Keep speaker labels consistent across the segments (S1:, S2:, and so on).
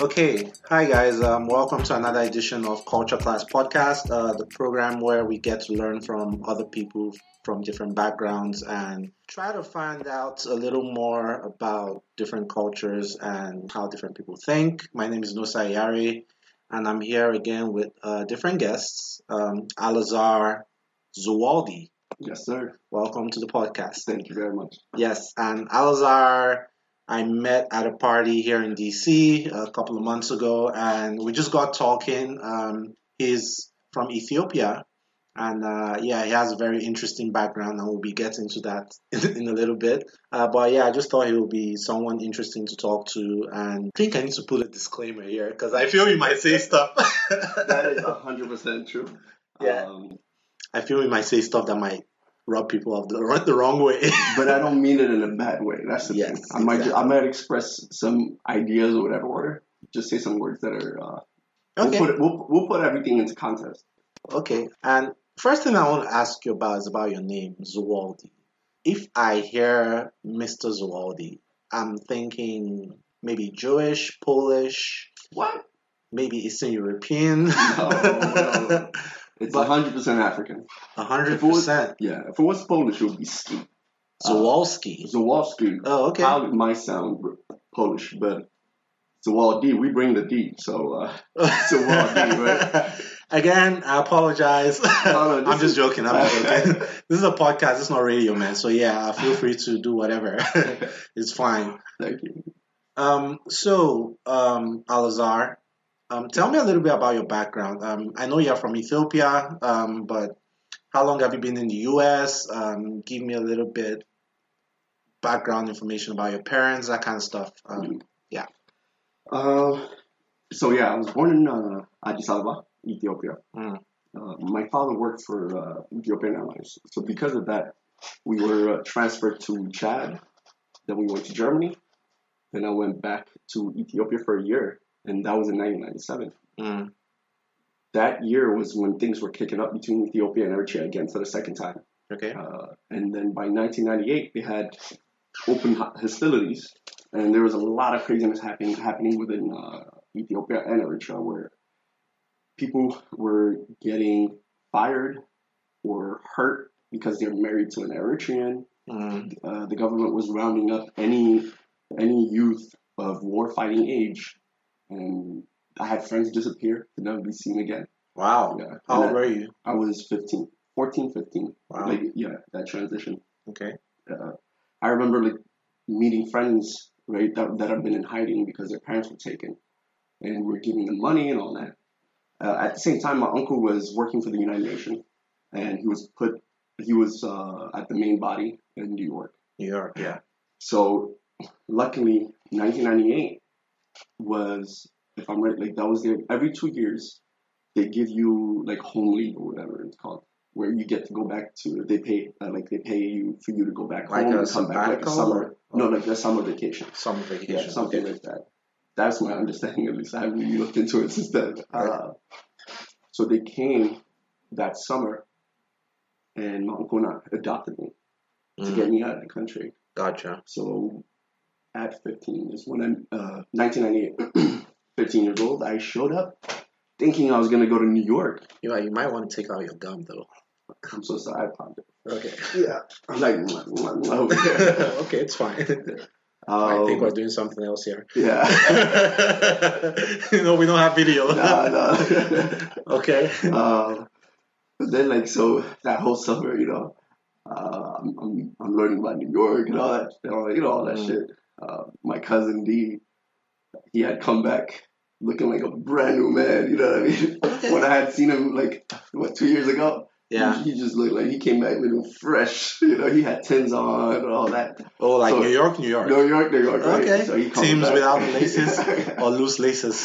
S1: Okay, hi guys. Um, welcome to another edition of Culture Class Podcast, uh, the program where we get to learn from other people from different backgrounds and try to find out a little more about different cultures and how different people think. My name is Nosa Yari, and I'm here again with uh, different guests. Um, Alazar Zuwaldi,
S2: Yes, sir.
S1: welcome to the podcast.
S2: Thank you very much.
S1: Yes, and Alazar, I met at a party here in DC a couple of months ago, and we just got talking. Um, he's from Ethiopia, and uh, yeah, he has a very interesting background, and we'll be getting to that in, a little bit. Uh, but yeah, I just thought he would be someone interesting to talk to, and I think I need to put a disclaimer here because I feel we might say stuff.
S2: That is hundred percent true.
S1: Yeah.
S2: Um,
S1: I feel we might say stuff that might rub people off the, the wrong way.
S2: but uh, I don't mean it in a bad way. That's the
S1: Yes,
S2: thing. I might ju- I
S1: exactly.
S2: might express some ideas or whatever, or just say some words that are. Uh,
S1: Okay.
S2: We'll put, it, we'll, we'll put everything into context.
S1: Okay, and first thing I want to ask you about is about your name, Zuwaldi. If I hear Mr. Zuwaldi, I'm thinking maybe Jewish, Polish,
S2: What?
S1: maybe Eastern European.
S2: Oh, no.
S1: A
S2: It's
S1: But-
S2: hundred percent African.
S1: hundred
S2: If it was-
S1: percent
S2: Yeah. If it was Polish, it would be ski.
S1: Zawalski.
S2: Zawalski.
S1: Oh, okay.
S2: Oh. How it might sound Polish, but Zawaldi, we bring the D. So uh, Zawaldi, right?
S1: Again, I apologize.
S2: no, this
S1: I'm just
S2: is-
S1: joking. I'm joking. this is a podcast. It's not radio, man. So yeah, feel free to do whatever. it's fine.
S2: thank you.
S1: Um, so, um, Alazar, um, tell me a little bit about your background. Um, I know you're from Ethiopia, um, but how long have you been in the US? Um, give me a little bit background information about your parents, that kind of stuff. Um,
S2: Uh, so yeah, I was born in uh, Addis Ababa, Ethiopia.
S1: Mm.
S2: Uh, my father worked for uh, Ethiopian Airlines, so because of that, we were uh, transferred to Chad. Then we went to Germany. Then I went back to Ethiopia for a year, and that was in 1997.
S1: mm,
S2: That year was when things were kicking up between Ethiopia and Eritrea again for the second time.
S1: okay.
S2: Uh, and then by 1998, they had open ho- hostilities, and there was a lot of craziness happening happening within uh, Ethiopia and Eritrea, where people were getting fired or hurt because they're married to an Eritrean.
S1: Mm,
S2: Uh, the government was rounding up any any youth of war fighting age, and I had friends disappear to never be seen again.
S1: wow.
S2: Yeah.
S1: How old
S2: And I,
S1: were you?
S2: I was 15, 14, 15.
S1: Wow.
S2: Like, yeah, that transition
S1: Okay.
S2: uh, I remember like meeting friends right that, that have been in hiding because their parents were taken, and we're giving them money and all that. Uh, at the same time, my uncle was working for the United Nations, and he was put he was uh, at the main body in New York.
S1: New York, yeah.
S2: So luckily, 1998 was if I'm right, like that was their every two years they give you like home leave or whatever it's called. Where you get to go back to, they pay uh, like they pay you for you to go back
S1: Like
S2: home
S1: a
S2: and come back like a
S1: sabbatical
S2: summer,
S1: or-
S2: no, like a summer vacation,
S1: Summer
S2: yeah,
S1: vacation.
S2: something like that. That's my understanding at least. I haven't really looked into it since then. Uh, so they came that summer, and my uncle and I adopted me to
S1: Mm,
S2: get me out of the country.
S1: gotcha.
S2: So at 15 is when I'm, uh, 1998, 15 years old, I showed up thinking I was going to go to New York.
S1: You, you might want to take out your gum, though.
S2: I'm so sorry, I popped it.
S1: Okay.
S2: Yeah. I'm like, mwah, mwah, mwah, over there.
S1: okay, it's fine. I think we're
S2: Um,
S1: doing something else here.
S2: yeah.
S1: no, we don't have video.
S2: Nah, nah.
S1: Okay.
S2: uh, but then like so that whole summer, you know, uh, I'm, I'm I'm learning about New York and all that, you know, you know all that
S1: Mm.
S2: shit. Uh, my cousin D, he had come back looking like a brand new man. You know what I mean?
S1: Okay.
S2: when I had seen him like what two years ago,
S1: Yeah.
S2: he, he just looked like he came back looking fresh. You know, he had tins on and all that.
S1: Oh, like
S2: So-
S1: New York, New York,
S2: New York, New York, right?
S1: Okay. Teams without laces.
S2: Yeah.
S1: or loose laces.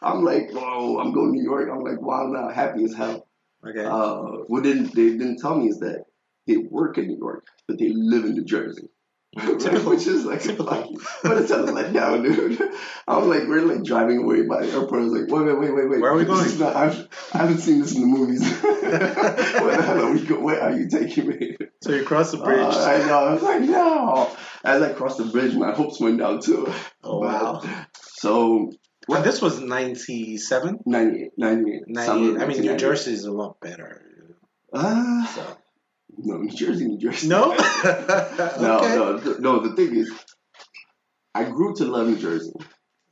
S2: I'm like, whoa, I'm going to New York. I'm like, wow, I'm not happy as hell.
S1: okay.
S2: Uh, what didn't they didn't tell me is that they work in New York, but they live in New Jersey,
S1: Typical.
S2: which is like, like what is that letdown, dude? I was like, we're like driving away by the airport. I was like, wait, wait, wait, wait, wait.
S1: Where are we
S2: This is Not, I've, I haven't seen this in the movies. where the hell are we go? Where are you taking me?
S1: so you cross the bridge.
S2: Uh, I know. I was like, no. As I crossed the bridge, my hopes went down too.
S1: oh
S2: but-
S1: wow.
S2: So
S1: Well, this was 97,
S2: 98, 98.
S1: 98. I mean, New Jersey is a lot better.
S2: Uh,
S1: So.
S2: no, New Jersey, New Jersey.
S1: No?
S2: no,
S1: okay.
S2: no, th- no. The thing is, I grew to love New Jersey,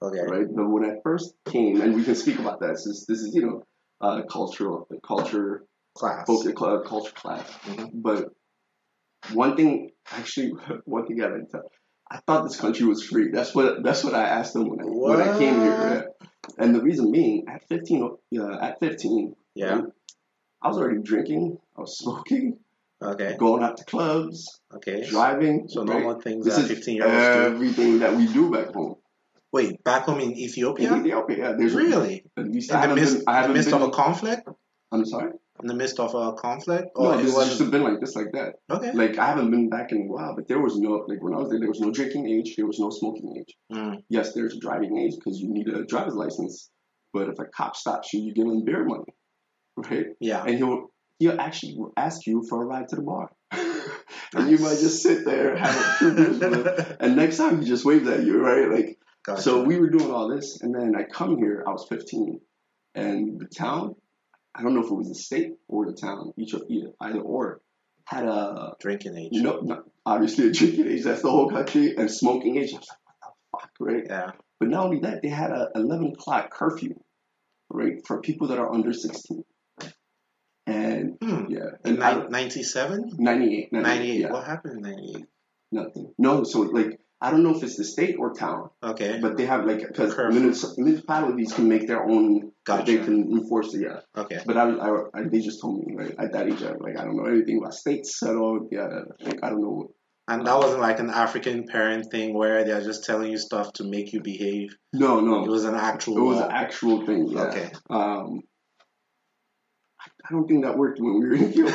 S1: Okay.
S2: right? But when I first came, and we can speak about that since this is, you know, uh, cultural, culture,
S1: Class.
S2: focus, cl- culture class.
S1: Mhm.
S2: But one thing, actually, one thing I didn't tell. I thought this country was free. That's what that's what I asked them when I when I came here. yeah. And the reason being, at fifteen, uh, at fifteen,
S1: Yeah.
S2: I was already drinking. I was smoking,
S1: Okay.
S2: going out to clubs,
S1: Okay.
S2: driving.
S1: So
S2: right?
S1: normal things
S2: This
S1: that
S2: is uh,
S1: 15 year olds do.
S2: everything that we do back home.
S1: Wait, back home in
S2: In
S1: Ethiopia?
S2: Ethiopia, yeah. There's
S1: Really?
S2: At least I
S1: In the
S2: haven't
S1: midst,
S2: been. I
S1: in the
S2: haven't
S1: midst
S2: been.
S1: of a conflict?
S2: I'm sorry.
S1: In the midst of a conflict?
S2: No,
S1: Or
S2: it
S1: Oh, it was.
S2: just been like this, like that.
S1: Okay.
S2: Like I haven't been back in a while, but there was no like when I was there, there was no drinking age, there was no smoking age.
S1: Mm.
S2: Yes, there's driving age because you need a driver's license, but if a cop stops you, you give him beer money, right?
S1: Yeah.
S2: And he'll he'll actually ask you for a ride to the bar, and you might just sit there have a few beers with him, and next time he just waves at you, right? Like
S1: Gotcha.
S2: so we were doing all this, and then I come here. I was 15, and the town. I don't know if it was the state or the town, each of either, either or, had a
S1: Drinking age.
S2: you know not, obviously a drinking age. That's the whole country and smoking age. I was like, what the fuck, right?
S1: Yeah.
S2: But not only that, they had a 11 o'clock curfew, right, for people that are under 16. And
S1: Hmm.
S2: yeah,
S1: In
S2: and I don't-
S1: 97?
S2: 98,
S1: 98.
S2: yeah,
S1: What happened in 98?
S2: nothing. No, so like I don't know if it's the state or town.
S1: Okay.
S2: But they have like because
S1: Curve.
S2: municipalities can make their own. They
S1: Gotcha.
S2: can enforce it. Yeah.
S1: Okay.
S2: But I, I, I they just told me right at that age, I, like I don't know anything about states at all. Yeah, like I don't know.
S1: And that wasn't like an African parent thing where they're just telling you stuff to make you behave.
S2: No,
S1: It
S2: no,
S1: was an actual.
S2: it was an
S1: uh,
S2: actual thing. Yeah.
S1: Okay.
S2: Um, I, I don't think that worked when we were in Ethiopia.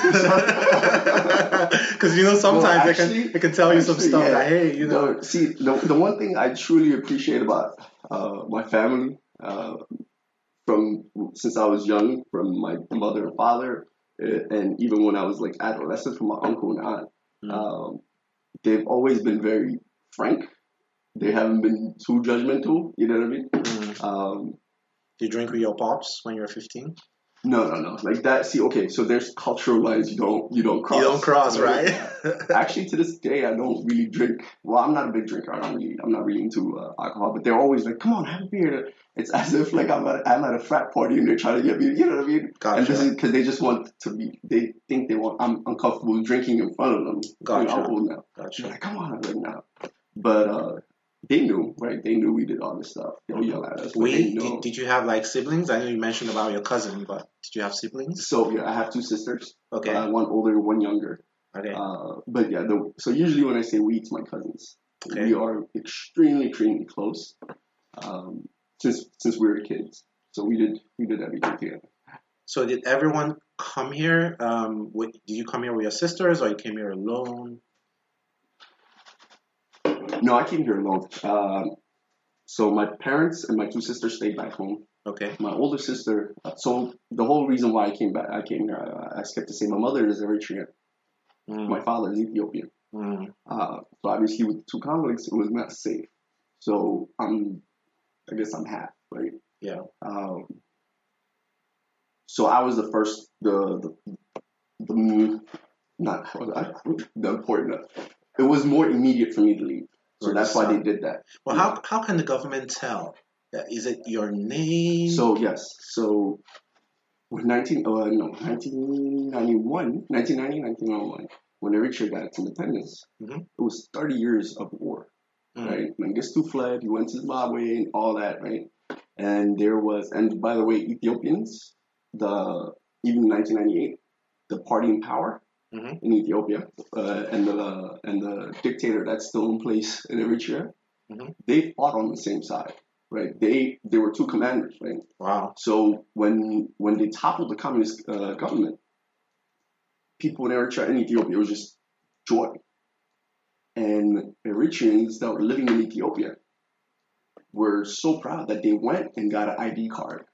S1: Because you know sometimes they
S2: actually-
S1: can they can tell you some
S2: actually,
S1: stuff
S2: yeah.
S1: like hey you know
S2: No, see, the, the one thing I truly appreciate about uh, my family, uh, from since I was young, from my mother and father, uh, and even when I was like adolescent, from my uncle and aunt,
S1: Mm.
S2: um, they've always been very frank. They haven't been too judgmental. You know what I mean?
S1: mm,
S2: Um,
S1: you drink with your pops when you were fifteen.
S2: no, no, no. Like that. See, okay. So there's cultural lines you don't you don't cross.
S1: You don't cross right.
S2: actually to this day I don't really drink. Well, I'm not a big drinker. I don't really, I'm not really into uh, alcohol. But they're always like, "Come on, have a beer." It's as if like I'm at I'm at a frat party and they're trying to get me. You know what I mean? And this
S1: gotcha.
S2: is because they just want to be. They think they want. I'm uncomfortable drinking in front of them.
S1: Gotcha.
S2: You know, alcohol now. She's
S1: Gotcha.
S2: like, "Come on, I'm like now." But uh, they knew, right? They knew we did all this stuff. They'll yell at us. but they
S1: We
S2: know.
S1: did, did you have like siblings? I know you mentioned about your cousin, but did you have siblings?
S2: so yeah, I have two sisters.
S1: Okay.
S2: Uh, one older, one younger.
S1: okay.
S2: Uh, but yeah, the, so usually when I say we, it's my cousins.
S1: Okay.
S2: We are extremely, extremely close um, since since we were kids. So we did we did everything together.
S1: So did everyone come here? Um, with, did you come here with your sisters, or you came here alone?
S2: No, I came here alone. Um, so my parents and my two sisters stayed back home.
S1: Okay.
S2: My older sister. So the whole reason why I came back, I came here, I, I skipped to say my mother is Eritrean.
S1: Mm,
S2: My father is Ethiopian.
S1: mm,
S2: Uh, so obviously with two conflicts, it was not safe. So I'm, I guess I'm half, right?
S1: Yeah.
S2: Um, so I was the first, the the, the m- not I, the important. It was more immediate for me to leave, so
S1: Right,
S2: that's why
S1: so-
S2: they did that.
S1: Well, how how can the government tell? Uh, Is it your name?
S2: So yes, so. When 19, uh, no, 1991, 1990, 1991, when Eritrea got its independence,
S1: Mhm.
S2: it was 30 years of war.
S1: Mm,
S2: right? Mengistu fled, he went to Zimbabwe and all that, right? And there was, and by the way, Ethiopians, the even in 1998, the party in power
S1: Mhm.
S2: in Ethiopia uh, and the and the dictator that's still in place in Eritrea,
S1: Mhm.
S2: they fought on the same side, right? They there were two commanders, right?
S1: Wow.
S2: So when when they toppled the communist uh, government, people in Eritrea and Ethiopia it was just joy, and Eritreans that were living in Ethiopia were so proud that they went and got an ID card.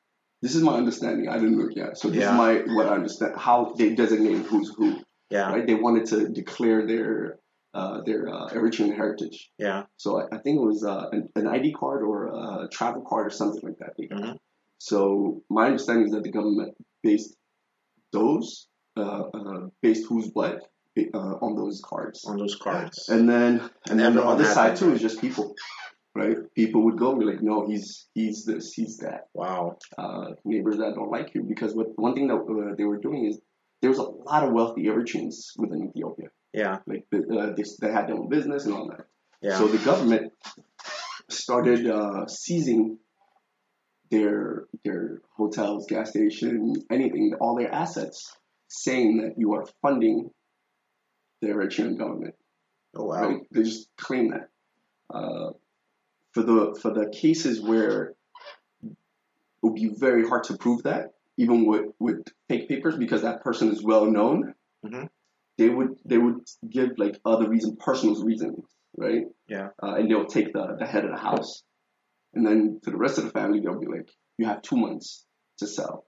S2: This is my understanding. I didn't look yet, so this
S1: Yeah.
S2: is my what I understand how they designate who's who.
S1: Yeah.
S2: Right? They wanted to declare their uh, their uh, Eritrean heritage.
S1: Yeah.
S2: So I, I think it was uh, an, an ID card or a travel card or something like that. they got.
S1: Mhm.
S2: So my understanding is that the government based those uh, uh, based who's what ba- uh, on those cards.
S1: on those cards.
S2: And then and then the
S1: everyone
S2: other
S1: had
S2: side
S1: them,
S2: too is just people, right? People would go and be like, no, he's he's this, he's that
S1: Wow.
S2: uh, neighbors that don't like you because what one thing that uh, they were doing is there was a lot of wealthy Eritreans within Ethiopia,
S1: Yeah.
S2: like uh, they, they had their own business and all that.
S1: Yeah.
S2: So the government started uh, seizing their their hotels, gas station, anything, all their assets, saying that you are funding the Eritrean government.
S1: oh wow.
S2: Right? They just claim that. Uh, for the for the cases where it would be very hard to prove that, even with with fake papers, because that person is well known.
S1: Mhm.
S2: They would they would give like other reason, personal reasons, right?
S1: Yeah.
S2: Uh, and they'll take the the head of the house, and then to the rest of the family, they'll be like, "You have two months to sell,"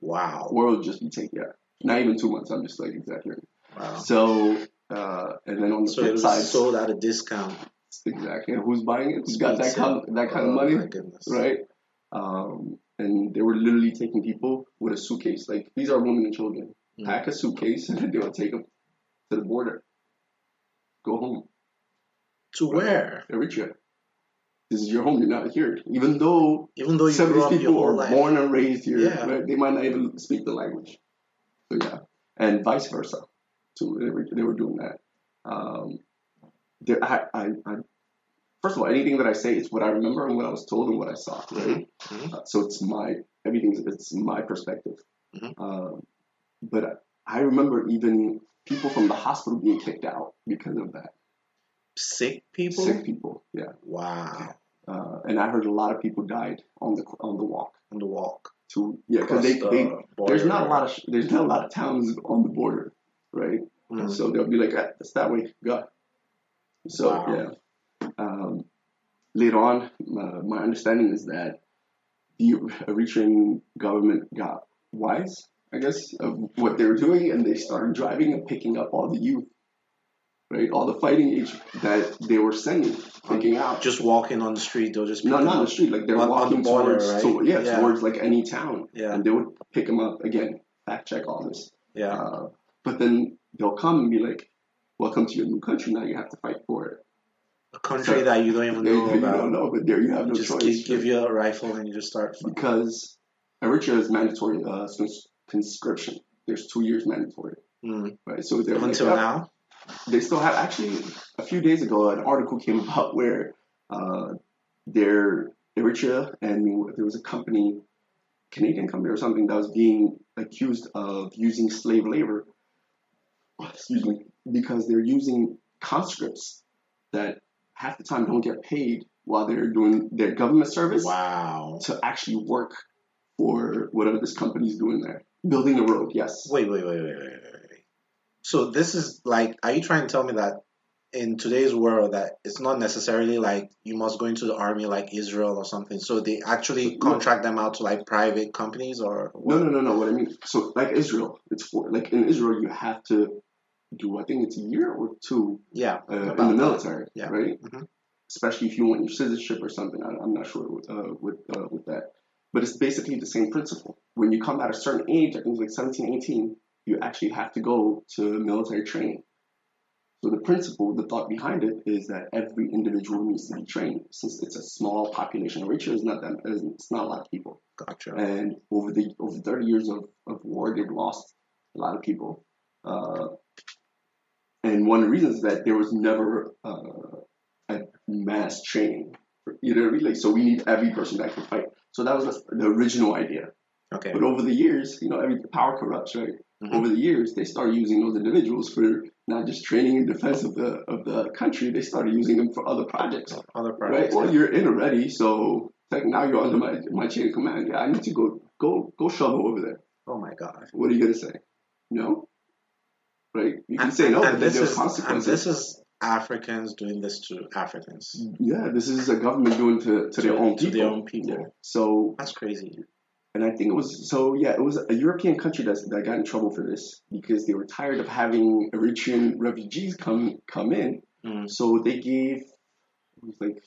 S1: Wow.
S2: or it'll just be taken. Yeah, not even two months. I'm just like exactly.
S1: Wow.
S2: So. Uh, and then on the
S1: Oh. So it
S2: flip
S1: was
S2: side,
S1: sold at a discount.
S2: Exactly. And who's buying it? Who's got that
S1: Speaks
S2: kind,
S1: of-
S2: that kind
S1: oh,
S2: of money,
S1: My goodness.
S2: right? Um, and they were literally taking people with a suitcase. Like these are women and children.
S1: Mm.
S2: Pack a suitcase and they'll take them to the border. Go home,
S1: To where?
S2: Eritrea. This is your home. You're not here, even though
S1: Even though you
S2: some of
S1: grew
S2: these
S1: up your
S2: people
S1: whole
S2: are
S1: life.
S2: born and raised here.
S1: Yeah.
S2: Right? They might not even speak the language. So yeah, and vice versa. So they were, they were doing that. Um, there, I, I, I, first of all, anything that I say is what I remember and what I was told and what I saw. Right.
S1: Mhm.
S2: Uh, so it's my everything's it's my perspective.
S1: Mhm.
S2: Um, but I remember even people from the hospital being kicked out because of that.
S1: Sick people?
S2: Sick people. Yeah.
S1: Wow.
S2: Uh, and I heard a lot of people died on the on the walk.
S1: On the walk.
S2: To yeah, because they,
S1: Across
S2: they
S1: the border.
S2: there's not a lot of there's not a lot of towns on the border, right?
S1: Mm.
S2: So they'll be like, "Ah, "It's that way, go." So
S1: Wow.
S2: yeah. Um, later on, uh, my, my understanding is that the Eritrean government got wise, I guess, of what they were doing, and they started driving and picking up all the youth, right? All the fighting age that they were sending, picking out.
S1: Just walking on the street, they'll just pick
S2: No,
S1: them
S2: not on
S1: up.
S2: the street. Like they're
S1: On- on
S2: walking
S1: the border,
S2: towards,
S1: right?
S2: to- yeah,
S1: Yeah.
S2: towards like any town,
S1: Yeah,
S2: and they would pick them up again. Fact check all this.
S1: yeah.
S2: Uh, but then they'll come and be like, "Welcome to your new country. Now you have to fight for it."
S1: A country
S2: so-
S1: that you don't even
S2: There you,
S1: know
S2: you
S1: about.
S2: don't know, but there you have no
S1: just
S2: choice
S1: give, give you a rifle and you just start. fi-
S2: because Eritrea is mandatory uh, cons- conscription. There's two years mandatory,
S1: Mm.
S2: right? So they're like,
S1: Until
S2: "Oh,
S1: now,
S2: they still have actually a few days ago an article came about where uh, their Eritrea and there was a company, Canadian company or something that was being accused of using slave labor. Excuse me, because they're using conscripts that half the time don't get paid while they're doing their government service
S1: wow.
S2: to actually work for whatever this company's doing there, building the road. Yes.
S1: Wait, wait, wait, wait, wait, wait, wait. So this is like, are you trying to tell me that in today's world that it's not necessarily like you must go into the army like Israel or something? So they actually
S2: No.
S1: contract them out to like private companies or
S2: No, no, no, no. What I mean, so like Israel, it's for like in Israel you have to do I think it's a year or two
S1: yeah,
S2: uh, in
S1: About
S2: the
S1: that.
S2: military,
S1: Yeah.
S2: right?
S1: Mhm.
S2: Especially if you want your citizenship or something. I, I'm not sure with uh, with uh, with that, but it's basically the same principle. When you come at a certain age, I think it's like 17, 18, you actually have to go to military training. So the principle, the thought behind it, is that every individual needs to be trained since it's a small population. Eritrea is not that it's not a lot of people
S1: gotcha.
S2: and uh, over the over 30 years of, of war, they've lost a lot of people. Uh, and one of the reasons is that there was never uh, a mass training, you know, really. So we need every person that can fight. So that was the original idea.
S1: Okay,
S2: But over the years, you know, every power corrupts, right?
S1: Mhm.
S2: Over the years, they started using those individuals for not just training in defense of the of the country. They started using them for other projects.
S1: other
S2: Right.
S1: projects.
S2: Well,
S1: yeah.
S2: you're in already, so like now you're under my my chain of command. Yeah, I need to go go go shovel over there.
S1: Oh my god.
S2: What are you gonna say? No. Right. You can
S1: And-
S2: say no,
S1: and
S2: but then
S1: this
S2: there's
S1: is- And
S2: consequences.
S1: this is Africans doing this to Africans.
S2: yeah, this is a government doing to, to their own
S1: To
S2: people.
S1: their own people.
S2: Yeah. So
S1: That's crazy.
S2: and I think it was so yeah, it was a European country that's, that got in trouble for this because they were tired of having Eritrean refugees come come in,
S1: Mm.
S2: so they gave it was like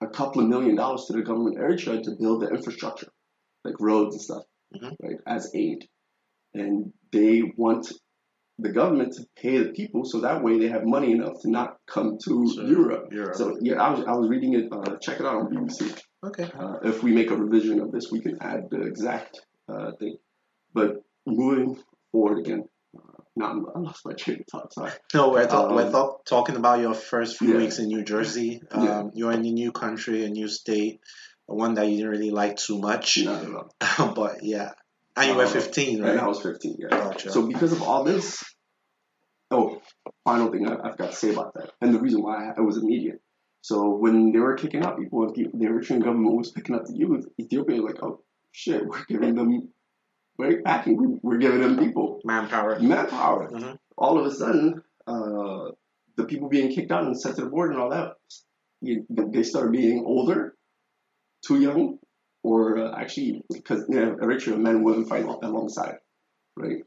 S2: a couple of million dollars to the government of Eritrea to build the infrastructure, like roads and stuff,
S1: Mhm.
S2: right, as aid, and they want the government to pay the people so that way they have money enough to not come to
S1: So,
S2: Europe.
S1: Europe.
S2: So yeah, I was I was reading it. Uh, check it out on BBC
S1: okay.
S2: uh, if we make a revision of this, we can add the exact uh, thing. But moving forward again, uh, now I'm, I lost my train of thought. Sorry.
S1: No, we're, talk-
S2: Um,
S1: we're talk- talking about your first few
S2: Yeah.
S1: weeks in New Jersey. Um,
S2: Yeah.
S1: You're in a new country, a new state, one that you didn't really like too much.
S2: Not at all.
S1: but yeah. And you were
S2: Uh,
S1: 15,
S2: And I
S1: right?
S2: was 15. Yeah.
S1: Gotcha.
S2: So because of all this, oh, final thing I, I've got to say about that, and the reason why it was immediate. So when they were kicking out people, and people, the Eritrean government was picking up the youth, Ethiopia was like, oh shit, we're giving them, we're backing, we're, we're giving them people.
S1: Manpower.
S2: manpower.
S1: Mhm.
S2: All of a sudden, uh, the people being kicked out and sent to the board and all that, you, they start being older, too young, or uh, actually, because you know, Eritrea men and women fight alongside, right?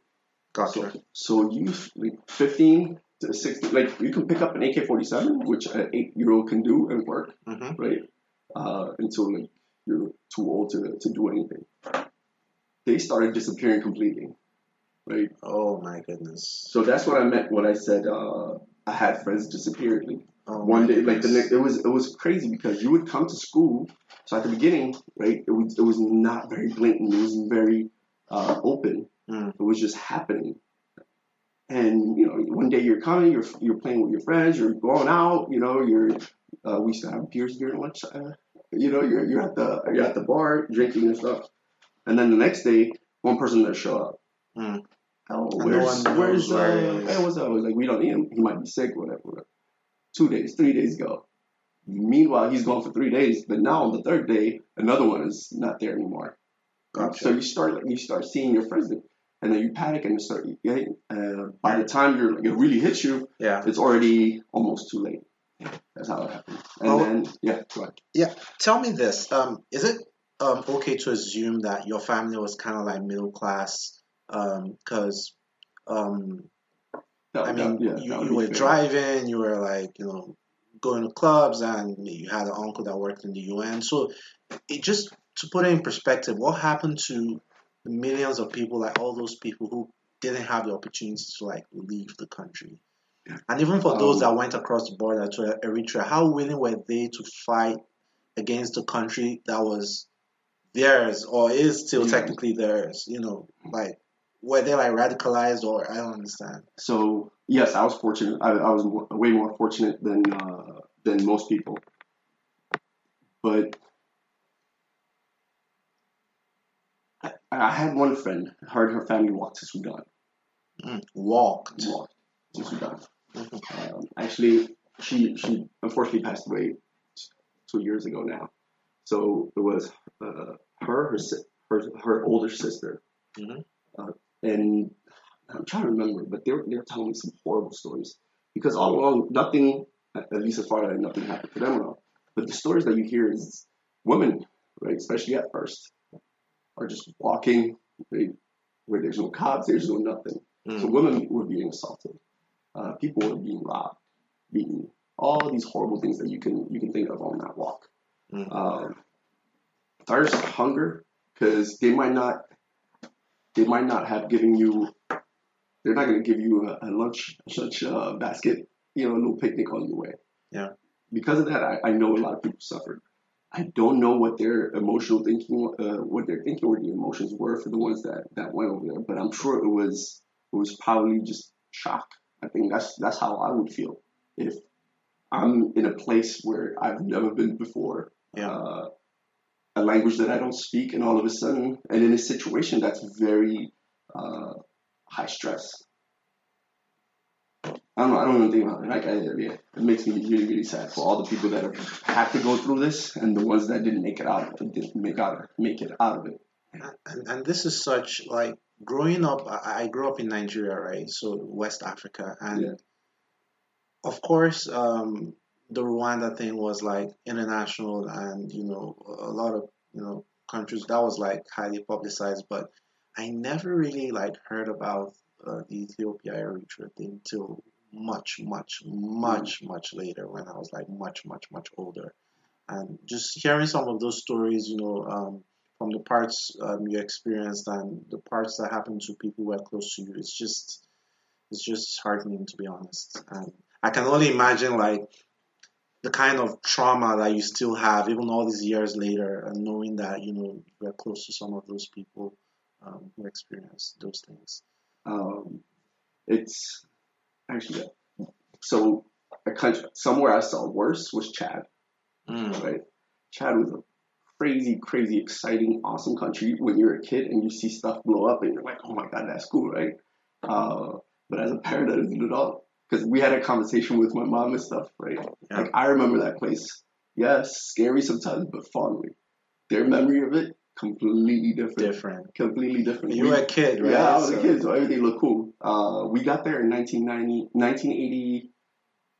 S1: Gotcha.
S2: So, so youth, like 15 to 16, like you can pick up an AK 47, which an eight year old can do and work,
S1: hmm
S2: right? Uh, until like, you're too old to, to do anything. They started disappearing completely, right?
S1: Oh my goodness.
S2: So that's what I meant when I said uh, I had friends disappeared. Like
S1: Oh,
S2: one
S1: my
S2: day, like the
S1: goodness.
S2: next, it was it was crazy because you would come to school. So at the beginning, right, it was it was not very blatant. It wasn't very uh, open.
S1: Mm.
S2: It was just happening. And you know, one day you're coming, you're you're playing with your friends, you're going out. You know, you're uh, we used to have beers during lunch. Uh, you know, you're you're at the you're at the bar drinking and stuff. And then the next day, one person doesn't show up.
S1: Mm.
S2: Oh,
S1: And no
S2: where's
S1: one
S2: where's
S1: knows where he
S2: uh,
S1: is.
S2: hey, what's up? Like we don't need him. He might be sick, whatever. whatever. Two days, three days ago. Meanwhile, he's gone for three days, but now on the third day, another one is not there anymore.
S1: Gotcha.
S2: So you start you start seeing your friends, and then you panic and you start. getting- Uh, by the time you're it really hits you,
S1: yeah.
S2: it's already almost too late. That's how it happens. And
S1: Oh.
S2: then yeah, right.
S1: Tell me this. Um, is it um, okay to assume that your family was kind of like middle class? Because um,
S2: That-
S1: I
S2: that-
S1: mean,
S2: yeah, that
S1: you,
S2: would
S1: you
S2: be
S1: were
S2: fair.
S1: driving, you were like, you know, going to clubs, and you had an uncle that worked in the UN. So, it just to put it in perspective, what happened to the millions of people, like all those people who didn't have the opportunity to like leave the country? And even for those
S2: Um,
S1: that went across the border to Eritrea, how willing were they to fight against the country that was theirs or is still
S2: Mhm.
S1: technically theirs? You know,
S2: Mm.
S1: like were they like radicalized or I don't understand.
S2: So yes, I was fortunate. I, I was more, way more fortunate than uh, than most people. But I, I had one friend. Heard her family walk to Sudan.
S1: Mm. Walked.
S2: Walked to Sudan. Um, actually, she she unfortunately passed away t- two years ago now. So it was uh, her, her si- her her older sister,
S1: Mhm.
S2: uh, and I'm trying to remember, but they're they're telling me some horrible stories because all along nothing, at at least as far as nothing happened to them at all. But the stories that you hear is women, right, especially at first, are just walking they, where there's no cops, there's no nothing.
S1: Mm.
S2: So women were being assaulted, uh, people were being robbed, beaten, all these horrible things that you can you can think of on that walk.
S1: Mm.
S2: Um, thirst, hunger, because they might not they might not have given you they're not going to give you a, a lunch lunch uh, basket, you know, a little picnic on your way.
S1: Yeah.
S2: Because of that, I, I know a lot of people suffered. I don't know what their emotional thinking, uh, what their thinking or the emotions were for the ones that, that went over there, but I'm sure it was it was probably just shock. I think that's that's how I would feel if I'm in a place where I've never been before.
S1: Yeah.
S2: Uh, a language that I don't speak, and all of a sudden, and in a situation that's very uh, high stress. I don't know. I don't even think about it. Like, I, yeah, it makes me really, really sad for all the people that have had to go through this, and the ones that didn't make it out, didn't make out, make it out of it.
S1: and, and this is such like growing up I, I grew up in nigeria right so west africa and
S2: Yeah.
S1: of course um, the rwanda thing was like international and you know a lot of you know countries. That was like highly publicized, but I never really like heard about uh, the Ethiopia Eritrea thing till much, much, much, much later when I was like much, much, much older. And just hearing some of those stories, you know, um, from the parts um, you experienced and the parts that happened to people who are close to you, it's just it's just disheartening to be honest. And I can only imagine like the kind of trauma that you still have, even all these years later, and knowing that you know you are close to some of those people um, who experienced those things.
S2: Um, it's actually so a country somewhere I saw worse was Chad.
S1: Mm.
S2: Right? Chad was a crazy, crazy, exciting, awesome country when you're a kid and you see stuff blow up and you're like, oh my god, that's cool, right? Uh, but as a parent, as an adult, because we had a conversation with my mom and stuff, right?
S1: Yeah.
S2: Like I remember that place. Yes, scary sometimes, but fondly. Their memory of it completely different.
S1: Different.
S2: Completely different.
S1: You
S2: We-
S1: were a kid, right?
S2: yeah, I was
S1: So-
S2: a kid, so everything looked cool. Uh, we got there in 1990, 1980,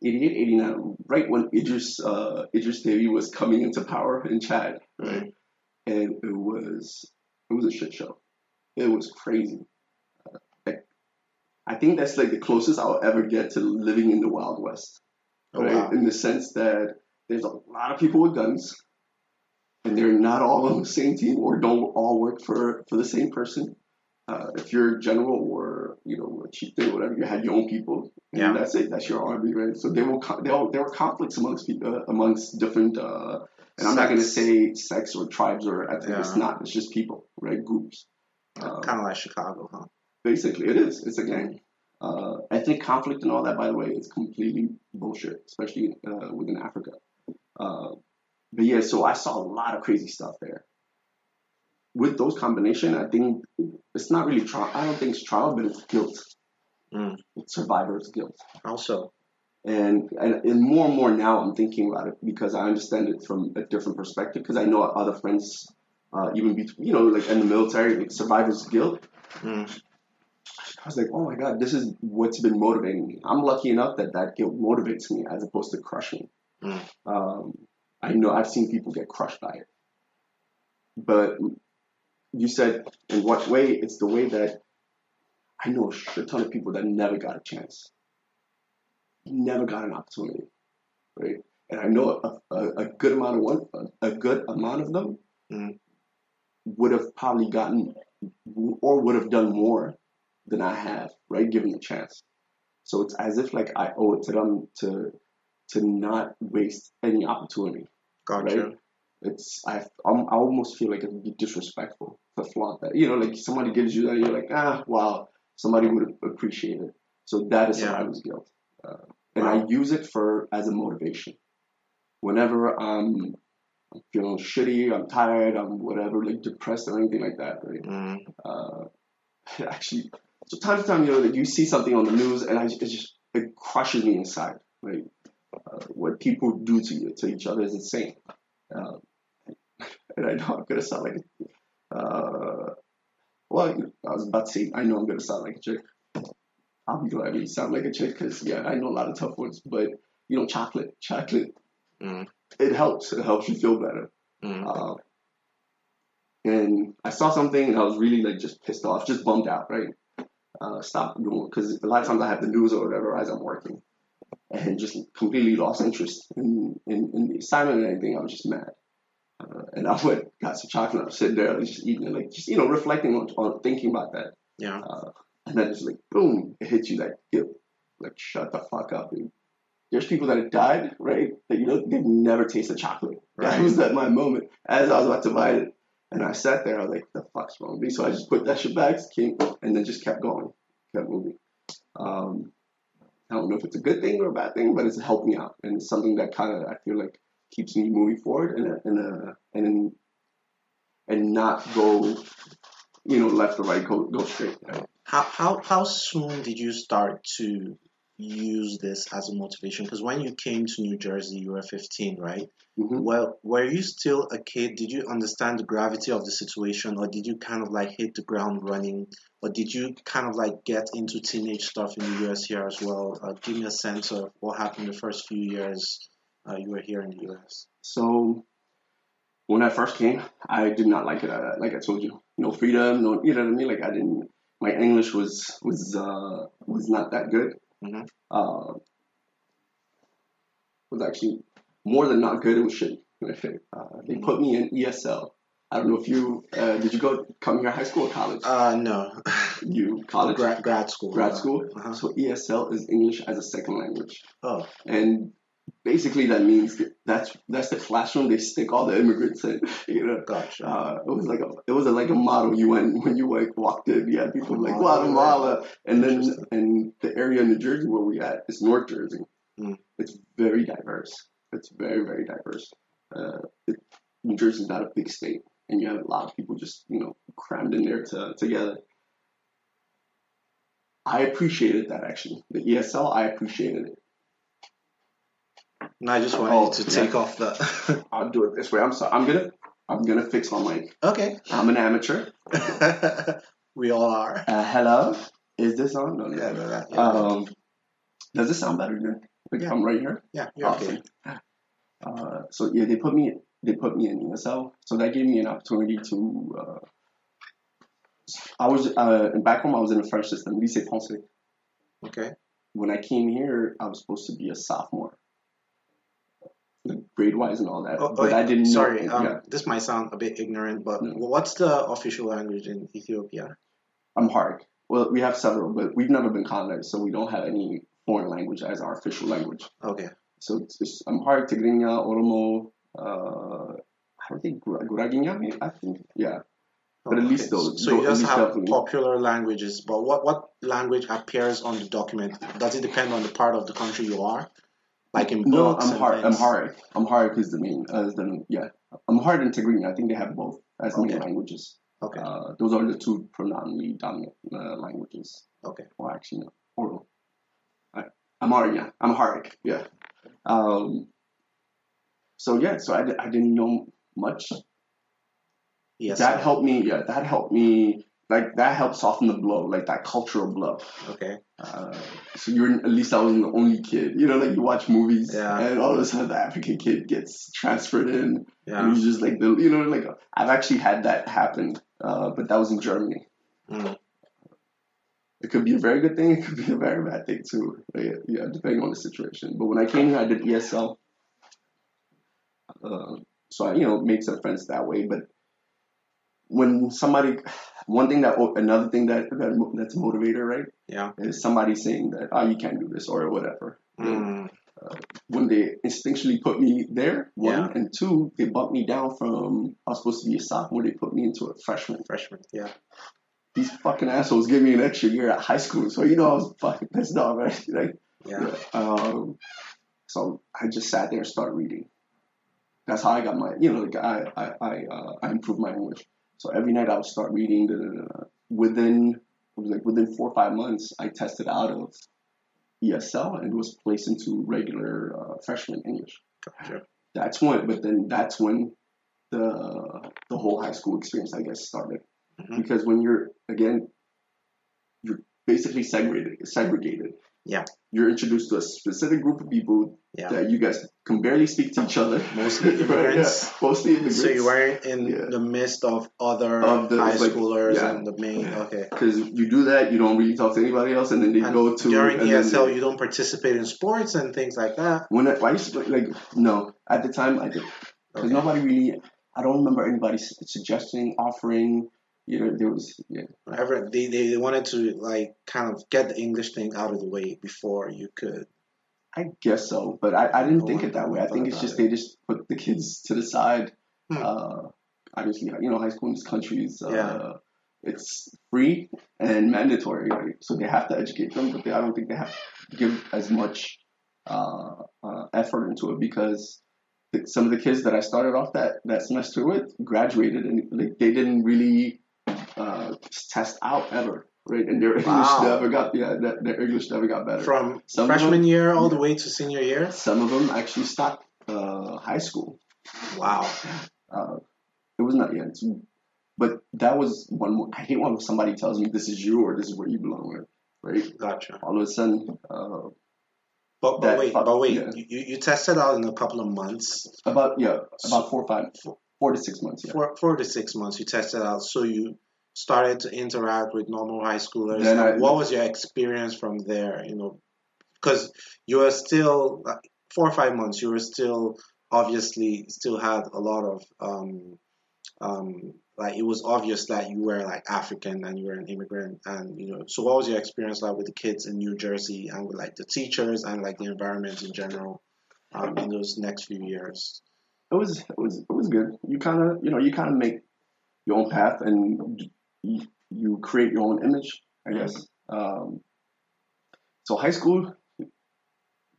S2: 88, 89, right when Idris, uh, Idris Deby was coming into power in Chad, right?
S1: Mm-hmm.
S2: And it was, it was a shit show. It was crazy. Uh, like, I think that's like the closest I'll ever get to living in the Wild West,
S1: Oh,
S2: right?
S1: wow.
S2: In the sense that there's a lot of people with guns, and they're not all on the same team or don't all work for, for the same person uh, if you're a general or you know a chieftain or whatever, you had your own people, and
S1: Yeah.
S2: that's it. That's your army, right? So there will co- there will, there were conflicts amongst people amongst different. Uh, and I'm not going to
S1: Sects.
S2: say sects or tribes or I think it's
S1: Yeah.
S2: not. It's just people, right? Groups. Uh,
S1: kind of like Chicago, huh?
S2: basically, it is. It's a gang. Uh, ethnic conflict and all that, by the way, is completely bullshit, especially uh, within Africa. Uh, but yeah, so I saw a lot of crazy stuff there. With those combination, I think it's not really trial. I don't think it's trial, but it's guilt.
S1: Mm.
S2: It's survivor's guilt.
S1: Also,
S2: And, and and more and more now, I'm thinking about it because I understand it from a different perspective. Because I know other friends, uh, even between, you know, like in the military, like survivor's guilt.
S1: mm,
S2: I was like, oh my God, this is what's been motivating me. I'm lucky enough that that guilt motivates me as opposed to crushing.
S1: Mm.
S2: Um, I know I've seen people get crushed by it. But you said, in what way? It's the way that I know a shit ton of people that never got a chance, never got an opportunity, right? And I know a, a, a good amount of one, a, a good amount of them
S1: Mm.
S2: would have probably gotten or would have done more than I have, right? Given the chance. So it's as if like I owe it to them to to not waste any opportunity.
S1: gotcha.
S2: Right. It's I I'm, I almost feel like it'd be disrespectful to flaunt that. You know, like somebody gives you that, you're like, ah, wow, somebody would appreciate it. So that is
S1: Yeah.
S2: survivor's guilt, uh, and
S1: Wow.
S2: I use it for as a motivation. Whenever I'm feeling shitty, I'm tired, I'm whatever, like depressed or anything like that, right?
S1: Mm,
S2: uh, actually, so time to time, you know, like you see something on the news, and I, it just it crushes me inside. Right, uh, what people do to you to each other is insane. Uh, and I know I'm gonna sound like, uh, well, I was about to say I know I'm gonna sound like a chick. I'll be glad you sound like a chick because yeah, I know a lot of tough ones, but you know, chocolate, chocolate,
S1: Mm.
S2: it helps. It helps you feel better.
S1: mm,
S2: Uh, and I saw something and I was really like just pissed off, just bummed out, right? Uh, stop doing because a lot of times I have the news or whatever as I'm working, and just completely lost interest in, in, in the assignment and anything. I was just mad, uh, and I went got some chocolate. I was sitting there, I was just eating, it, like just you know reflecting on, on thinking about that,
S1: yeah.
S2: uh, and then it's like boom, it hits you like guilt, like shut the fuck up, dude. There's people that have died, right? That you know they've never tasted chocolate. That
S1: Right.
S2: was at my moment as I was about to buy it, and I sat there. I was like, "The fuck's wrong with me?" So I just put that shit back, came, and then just kept going, kept moving. Um, I don't know if it's a good thing or a bad thing, but it's helped me out, and it's something that kind of I feel like keeps me moving forward and and uh, and and not go, you know, left or right, go go straight. Right?
S1: How how how soon did you start to use this as a motivation? Because when you came to New Jersey, you were 15, right?
S2: Mhm.
S1: Well, were you still a kid? Did you understand the gravity of the situation, or did you kind of like hit the ground running, or did you kind of like get into teenage stuff in the US here as well? Uh, give me a sense of what happened the first few years uh, you were here in the US.
S2: So when I first came, I did not like it. uh, Like I told you, no freedom, no, you know what I mean. Like I didn't. My English was was uh, was not that good.
S1: Mhm.
S2: Uh, was actually more than not good. It was shitty. Uh, they
S1: Mm-hmm.
S2: put me in ESL. I don't know if you uh, did you go come here high school or college?
S1: Uh, no.
S2: you college
S1: Grad, grad school.
S2: grad school.
S1: Uh-huh.
S2: So ESL is English as a second language
S1: Oh,
S2: and basically that means that- that's that's the classroom they stick all the immigrants in. You know,
S1: gotcha.
S2: uh, it was like a it was like a model you went when you like walked in. You had people like Guatemala, and then
S1: Interesting.
S2: and the area in New Jersey where we at is North Jersey.
S1: Mm.
S2: It's very diverse. It's very very diverse. Uh, it, New Jersey's not a big state, and you have a lot of people just you know crammed in there to, together. I appreciated that actually. The ESL, I appreciated it.
S1: no, I just wanted
S2: oh,
S1: you to
S2: yeah.
S1: take off the.
S2: I'll do it this way. I'm sorry. I'm gonna I'm gonna fix my mic.
S1: okay.
S2: I'm an amateur.
S1: we all are.
S2: Uh, hello. Is this on? No, no.
S1: Yeah, no, that, yeah,
S2: Um, does this sound better now? Like
S1: Yeah.
S2: I'm right here.
S1: yeah, you're okay.
S2: Uh, so yeah, they put me they put me in ESL. So that gave me an opportunity to. Uh, I was uh, back home. I was in the French system, lycée français.
S1: Okay.
S2: When I came here, I was supposed to be a sophomore, like grade wise and all that.
S1: Oh,
S2: Uh, but
S1: oh,
S2: I didn't. know-
S1: Sorry, um,
S2: yeah,
S1: this might sound a bit ignorant, but
S2: No.
S1: what's the official language in Ethiopia?
S2: I'm hard. Well, we have several, but we've never been colonized, so we don't have any foreign language as our official language.
S1: Okay.
S2: So it's, it's Amharic, Tigrinya, Oromo, uh, I don't think Gur- Guraginya, maybe, I think. Yeah. But at
S1: Okay,
S2: least those-
S1: So you
S2: those- at
S1: just
S2: least
S1: have
S2: definitely.
S1: popular languages, but what, what language appears on the document? Does it depend on the part of the country you are? Like in
S2: No, um,
S1: books and
S2: Amharic.
S1: things?
S2: Amharic. Amharic Um, is the main. Uh, is the, yeah. Amharic and Tigrinya, I think they have both as main
S1: Okay.
S2: languages.
S1: Okay.
S2: Uh, those are the two predominantly dominant uh, languages.
S1: Okay.
S2: Or actually, no. Oro. Uh, Amharic, yeah. Amharic, yeah. Um, so, yeah, so I, di- I didn't know much
S1: yes.
S2: that helped me yeah that helped me like that helped soften the blow like that cultural blow
S1: Okay.
S2: uh, so you're at least i wasn't the only kid you know like you watch movies
S1: Yeah.
S2: and all of a sudden the african kid gets transferred in and
S1: Yeah.
S2: he's just like the you know like i've actually had that happen uh, but that was in germany
S1: Mm.
S2: it could be a very good thing it could be a very bad thing too like, yeah depending on the situation but when i came here i did esl uh, so I, you know, made some friends that way. But when somebody, one thing that, oh, another thing that, that that's a motivator, right,
S1: Yeah.
S2: is somebody saying that, oh, you can't do this or whatever.
S1: Mm.
S2: When they instinctually put me there, one,
S1: Yeah.
S2: and two, they bumped me down from, I was supposed to be a sophomore, they put me into a freshman.
S1: Freshman. Yeah.
S2: These fucking assholes gave me an extra year at high school. So, you know, I was fucking pissed off, right? Like,
S1: Yeah.
S2: Um, so I just sat there and started reading. That's how I got my, you know, like I, I, I, uh, I improved my English. So every night I would start reading. Da, da, da, da. Within, it was like within four or five months, I tested out of ESL and was placed into regular uh, freshman English.
S1: Gotcha.
S2: That's when, but then that's when the the whole high school experience, I guess, started.
S1: Mhm.
S2: Because when you're again, you're basically segregated. Segregated.
S1: Yeah.
S2: You're introduced to a specific group of people
S1: Yeah.
S2: that you guys can barely speak to each other.
S1: Mostly
S2: Right,
S1: immigrants.
S2: yeah. Mostly immigrants.
S1: So you were in
S2: Yeah.
S1: the midst of other
S2: Of the-
S1: high
S2: like,
S1: schoolers
S2: yeah.
S1: and the main. Okay.
S2: Because you do that, you don't really talk to anybody else, and then they
S1: And
S2: go to
S1: During
S2: and then they-
S1: ESL, you don't participate in sports and things like that.
S2: When I, I used to like no at the time I did because
S1: Okay.
S2: nobody really I don't remember anybody s- suggesting offering you know there was yeah
S1: Ever they, they they wanted to like kind of get the English thing out of the way before you could.
S2: I guess so, but I, I didn't
S1: No
S2: think
S1: one
S2: it that way. I
S1: thought
S2: think it's
S1: about
S2: just
S1: it.
S2: they just put the kids to the side.
S1: Hmm.
S2: Uh, obviously, you know, high school in this country is uh,
S1: Yeah.
S2: it's free and mandatory, right? so they have to educate them, but they, I don't think they have to give as much uh, uh, effort into it because the, some of the kids that I started off that, that semester with graduated and like, they didn't really uh, test out ever, right? And their English
S1: Wow.
S2: never got yeah, their, their English never got better.
S1: From
S2: Some of
S1: freshman
S2: them-
S1: year all the way to senior year.
S2: Some of them actually stopped uh, high school.
S1: Wow.
S2: Uh, it was not yet, but that was one more. I hate when somebody tells me this is you or this is where you belong, right? Right?
S1: Gotcha.
S2: All of a sudden, uh,
S1: But, but
S2: That
S1: wait,
S2: fuck-
S1: but wait.
S2: yeah.
S1: You, you you tested out in a couple of months.
S2: about yeah, about four or five. four to six months. Yeah.
S1: Four, four to six months you tested out. So you started to interact with normal high schoolers.
S2: Then
S1: And
S2: I-
S1: what was your experience from there? You know, because you were still like, four or five months. You were still obviously still had a lot of um, um, like it was obvious that you were like African and you were an immigrant. And you know, so what was your experience like with the kids in New Jersey and with like the teachers and like the environment in general um, in those next few years?
S2: It was it was it was good. You kind of you know you kind of make your own path and you, you create your own image. I guess. Um, so high school,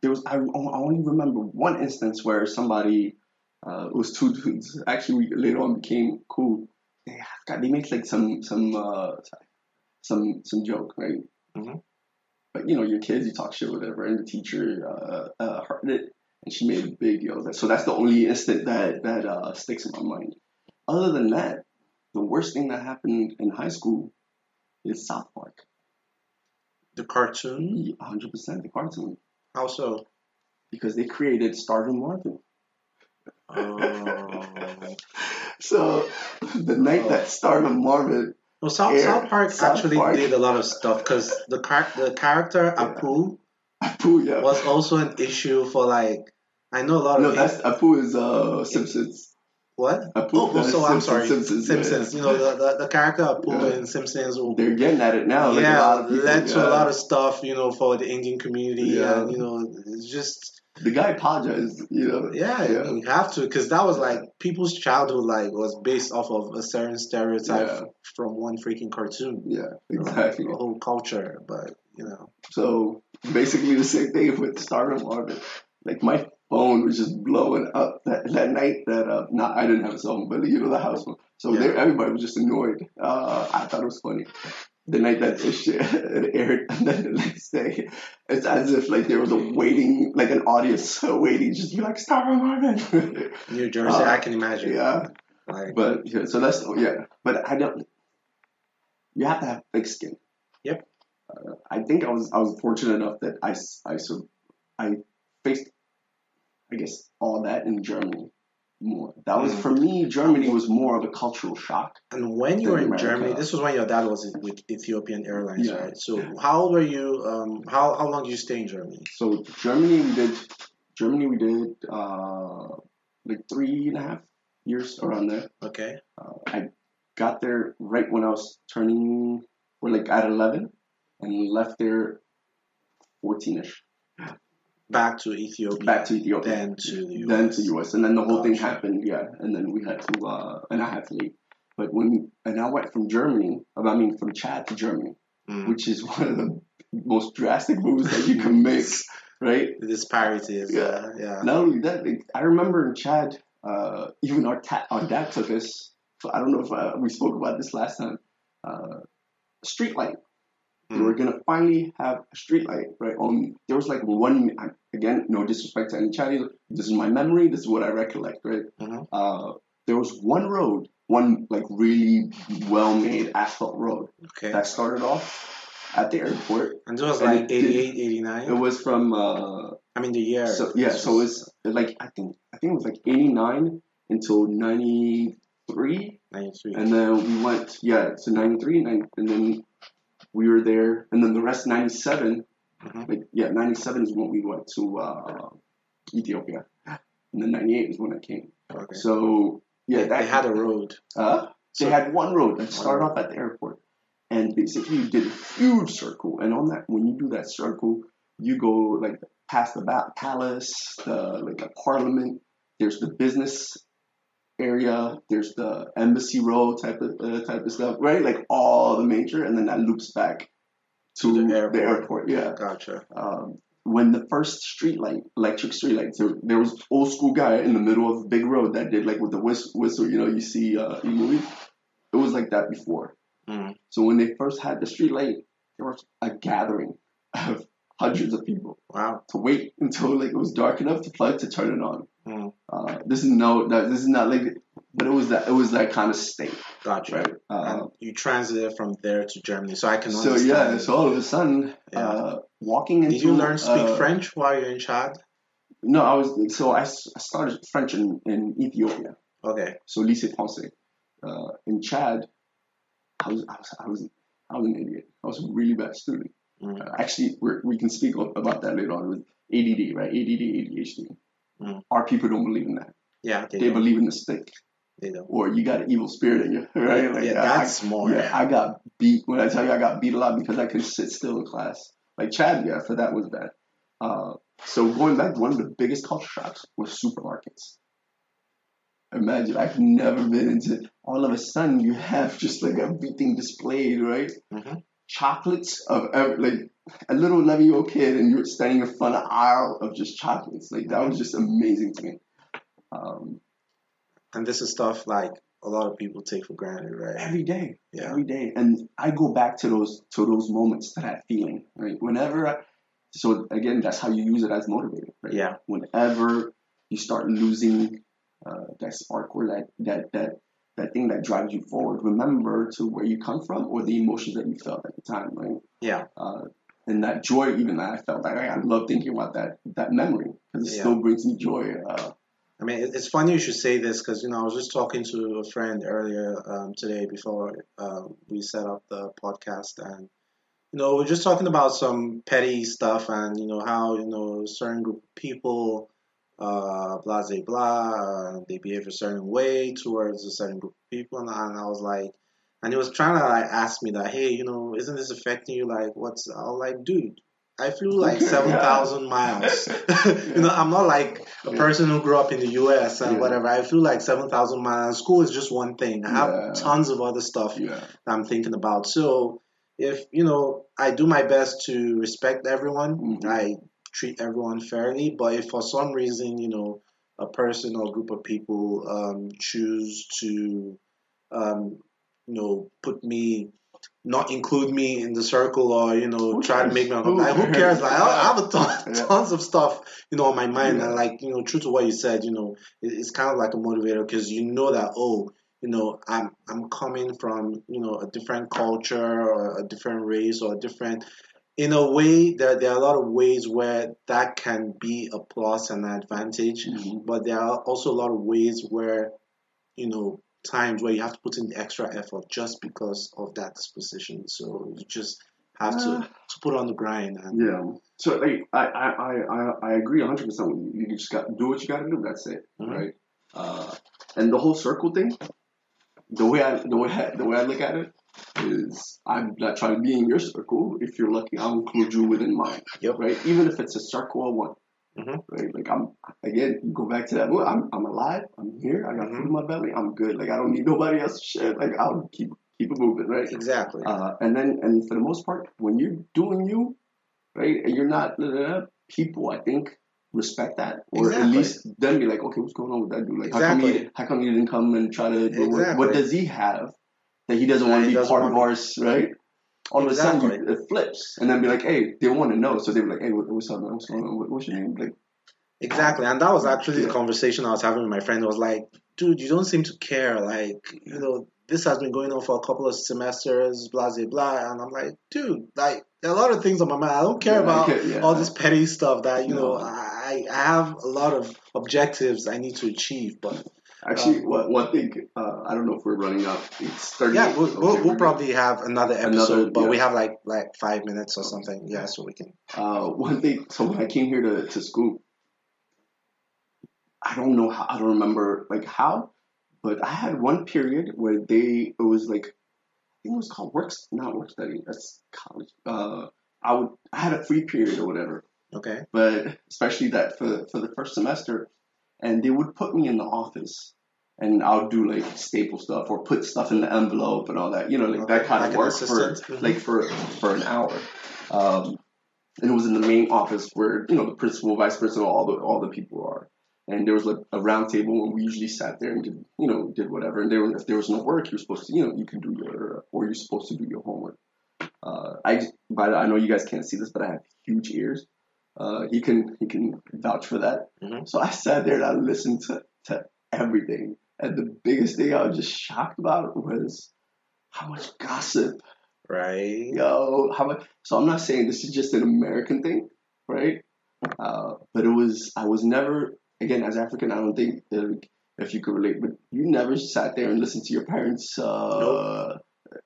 S2: there was I, I only remember one instance where somebody uh, it was two dudes. Actually, we later on became cool. They, God, they made like some some uh, some some joke, right?
S1: Mhm.
S2: But you know, your kids, you talk shit, whatever, and the teacher uh, uh, heard it, and she made a big deal. of it. So that's the only instant that that uh, sticks in my mind. Other than that, the worst thing that happened in high school is South Park.
S1: The cartoon,
S2: 100% the cartoon
S1: how so?
S2: because they created Starving Marvin.
S1: Oh.
S2: So the night that Starving Marvin
S1: Well, South,
S2: Air.
S1: South Park
S2: South
S1: actually
S2: Park.
S1: did a lot of stuff because the car- the character
S2: Yeah.
S1: Apu
S2: Apu, yeah.
S1: was also an issue for like I know a lot
S2: no,
S1: of
S2: that's Apu is uh Simpsons.
S1: what
S2: Apu,
S1: oh, oh,
S2: uh,
S1: so I'm sorry
S2: Simpsons. yeah.
S1: Simpsons you know the, the, the character Apu
S2: Yeah.
S1: in Simpsons will,
S2: They're getting at it now. Like a lot
S1: yeah
S2: of people,
S1: led to
S2: yeah.
S1: a lot of stuff you know for the Indian community
S2: Yeah.
S1: and you know it's just
S2: the guy apologized. You know,
S1: yeah, I
S2: Yeah.
S1: mean, you have to because that was like people's childhood like was based off of a certain stereotype
S2: Yeah.
S1: from one freaking cartoon
S2: yeah, exactly.
S1: a whole culture but you know.
S2: So basically the same thing with Starving Marvin. Like my phone was just blowing up that, that night that uh not I didn't have a cell phone, but you know the house phone. So
S1: Yeah.
S2: there everybody was just annoyed. Uh, I thought it was funny. The night that this shit it aired and then the next day it's as if like there was a waiting like an audience waiting just to be like Starving Marvin.
S1: New Jersey,
S2: Uh,
S1: I can imagine.
S2: yeah.
S1: Like,
S2: But yeah, so that's yeah. But I don't. You have to have thick skin.
S1: Yep.
S2: Uh, I think I was I was fortunate enough that I s- I sur- I faced I guess all that in Germany more. That was
S1: Mm.
S2: for me. Germany was more of a cultural shock.
S1: and when you were in
S2: America.
S1: Germany, this was when your dad was with Ethiopian Airlines,
S2: Yeah.
S1: right? So how old were you? Um, how how long did you stay in Germany?
S2: So Germany we did Germany we did uh, like three and a half years around there.
S1: Okay,
S2: Uh, I got there right when I was turning, or like at 11, and left there 14 ish.
S1: back to Ethiopia,
S2: Back to Ethiopia.
S1: then to the US.
S2: Then to US. And then the whole thing
S1: Gotcha.
S2: happened, yeah. And then we had to, uh, and I had to leave. But when, and I went from Germany, I mean from Chad to Germany,
S1: Mm.
S2: which is one of the most drastic moves that you can make, right?
S1: The disparities.
S2: Yeah.
S1: Yeah, uh, yeah.
S2: Not only that, like, I remember in Chad, uh, even our ta- our dad took us. So I don't know if uh, we spoke about this last time. Uh, street light. They were gonna finally have a street light, right? On there was like one mi- again, no disrespect to any Chadi. This is my memory. This is what I recollect, right?
S1: Mhm.
S2: Uh, there was one road, one like really well-made asphalt road
S1: Okay,
S2: that started off at the airport.
S1: and this was
S2: and
S1: like
S2: it did-
S1: 88,
S2: It
S1: 89.
S2: was from. Uh,
S1: I mean the year.
S2: so yeah,
S1: This
S2: so
S1: was
S2: it's like I think I think it was like eighty nine until ninety three,
S1: 93.
S2: and then we went yeah to 93, nine- and then we were there, and then the rest ninety
S1: Mhm.
S2: like yeah ninety seven is when we went to uh, Ethiopia, and then ninety eight is when I came.
S1: okay.
S2: So yeah, that,
S1: they had a road.
S2: uh,
S1: So
S2: they had one road that started off at the airport, and basically you did a huge circle. And on that, when you do that circle, you go like past the ba- palace, the like a parliament. There's the business area. There's the embassy road type of uh, type of stuff, right? Like all the major, and then that loops back to
S1: To the
S2: the airport.
S1: airport.
S2: yeah.
S1: Gotcha.
S2: Um, when the first street light, electric street lights, there, there was old school guy in the middle of the big road that did like with the whistle, whistle you know, you see uh, in movies. It was like that before.
S1: Mm.
S2: So when they first had the street light, there was a gathering of hundreds of people
S1: Wow.
S2: to wait until like it was dark enough to plug to turn it on.
S1: Mm.
S2: Uh, this is no, that, this is not like, but it was that it was that kind of state,
S1: Gotcha.
S2: right? Uh,
S1: and you transited from there to Germany, so I can
S2: so
S1: understand.
S2: yeah, so all of a sudden,
S1: Yeah.
S2: uh, walking into
S1: Did you learn to speak
S2: uh,
S1: French while you're in Chad?
S2: No, I was so I, s- I started French in, in Ethiopia.
S1: Okay.
S2: So Lycée Francais. Uh, in Chad, I was, I was I was I was an idiot. I was a really bad student.
S1: Mm.
S2: Uh, actually, we're, we can speak ab- about that later on with ADD, right? ADD, ADHD.
S1: Mm.
S2: Our people don't believe in that.
S1: Yeah. They,
S2: They
S1: don't,
S2: believe in the stick,
S1: they don't.
S2: or you got an evil spirit in you, right? Like,
S1: yeah,
S2: I- I-
S1: that's more.
S2: yeah, I got beat. When I tell you I got beat a lot because I could sit still in class. Like Chad, yeah, for that was bad. Uh, so going back, one of the biggest culture shocks was supermarkets. Imagine I've never been into. All of a sudden, you have just like everything displayed, right?
S1: Mhm.
S2: Chocolates of every like a little eleven-year-old kid, and you're standing in front of an aisle of just chocolates. Like that was just amazing to me. Um,
S1: And this is stuff like a lot of people take for granted, right?
S2: every day,
S1: Yeah.
S2: every day and i go back to those to those moments to that feeling right whenever I, so again that's how you use it as motivator right
S1: Yeah.
S2: whenever you start losing uh, that spark or that that that that thing that drives you forward remember to where you come from or the emotions that you felt at the time right
S1: Yeah.
S2: uh, and that joy even that i felt like i love thinking about that that memory because it
S1: Yeah.
S2: still brings me joy uh,
S1: I mean, it- it's funny you should say this because, you know, I was just talking to a friend earlier um, today before uh, we set up the podcast. And, you know, we're just talking about some petty stuff and, you know, how, you know, certain group of people, uh, blah, blah, blah, uh, they behave a certain way towards a certain group of people. And, and I was like, and he was trying to like ask me that, hey, you know, isn't this affecting you? Like, what's, I was like, dude, I flew like 7,000 miles. you know, I'm not like, a
S2: Yeah.
S1: person who grew up in the US and
S2: Yeah.
S1: whatever, I flew like 7,000 miles. School is just one thing. I have
S2: Yeah.
S1: tons of other stuff
S2: yeah
S1: that I'm thinking about. So, if, you know, I do my best to respect everyone,
S2: Mhm.
S1: I treat everyone fairly, but if for some reason, you know, a person or group of people um, choose to, um, you know, put me, not include me in the circle or, you know,
S2: Who
S1: try to
S2: cares?
S1: make me
S2: Who
S1: like, who cares?
S2: cares?
S1: Like, I I have a ton,
S2: Yeah.
S1: tons of stuff you know, on my mind.
S2: Yeah.
S1: And like, you know, true to what you said, you know, it, it's kind of like a motivator because you know that, oh, you know, I'm I'm coming from, you know, a different culture or a different race or a different. In a way, there there are a lot of ways where that can be a plus and an advantage,
S2: Mhm.
S1: but there are also a lot of ways where, you know, times where you have to put in the extra effort just because of that disposition. So you just have to,
S2: Uh,
S1: to put on the grind and
S2: Yeah. So like I I, I, I- I agree hundred percent with you. You just got do what you gotta do, that's it.
S1: Mhm.
S2: Right? Uh, and the whole circle thing, the way I the way I, the way I look at it is I'm not trying to be in your circle. If you're lucky, I'll include you within mine.
S1: Yep.
S2: Right? Even if it's a circle of one.
S1: Mhm.
S2: Right? Like I'm again, you go back to that. Well, I'm I'm alive, I'm here, I got food in my belly, I'm good. Like I don't need nobody else's shit. Like I'll keep keep it moving, right?
S1: exactly.
S2: Uh, and then, and for the most part, when you're doing you, right, and you're not, blah, blah, blah, people, I think, respect that. Or
S1: Exactly.
S2: at least then be like, okay, what's going on with that dude? Like, how, come
S1: Exactly.
S2: he, how come you didn't come and try to, do what,
S1: Exactly.
S2: what does he have that he doesn't want
S1: That
S2: to
S1: he
S2: be
S1: doesn't
S2: part of
S1: want
S2: ours, right? All of a sudden,
S1: Exactly.
S2: you, it flips. And then be like, hey, they want to know. So they be like, hey, what, what's up, man? What's going on? What, what's your name? Like,
S1: Exactly, and that was actually the
S2: Yeah.
S1: conversation I was having with my friend. It was like, dude, you don't seem to care. Like, you know, this has been going on for a couple of semesters, blah, blah, blah. And I'm like, dude, like, there are a lot of things on my mind. I don't care
S2: Yeah,
S1: about
S2: okay, yeah.
S1: all this petty stuff that, you know,
S2: No.
S1: I, I have a lot of objectives I need to achieve. But
S2: actually, one, one thing, uh, I don't know if we're running out. It's 30
S1: yeah, we'll, we'll, we'll probably
S2: probably.
S1: have another episode,
S2: Another-
S1: but we
S2: yeah.
S1: have like like five minutes or something. Yeah, so we can.
S2: Uh, one thing, so when I came here to, to school, I don't know how, I don't remember like how, but I had one period where they, it was like, I think it was called work, not work study, that's college. Uh, I would, I had a free period or whatever,
S1: Okay.
S2: but especially that for, for the first semester, and they would put me in the office and I'll do like staple stuff or put stuff in the envelope and all that, you know, like that kind
S1: Like
S2: of
S1: an
S2: work for,
S1: assistant? Mhm.
S2: like for, for an hour. Um, and it was in the main office where, you know, the principal, vice principal, all the, all the people are. And there was like a round table and we usually sat there and did, you know, did whatever. And there, were- if there was no work, you're supposed to, you know, you can do your, or you're supposed to do your homework. Uh, I, j- by the, I know you guys can't see this, but I have huge ears. Uh, he can, he can vouch for that.
S1: Mhm.
S2: So I sat there and I listened to, to everything. And the biggest thing I was just shocked about was how much gossip,
S1: Right.
S2: yo, how much. So I'm not saying this is just an American thing, right? Uh, but it was, I was never, again, as African, I don't think uh, if you could relate, but you never sat there and listened to your parents' uh,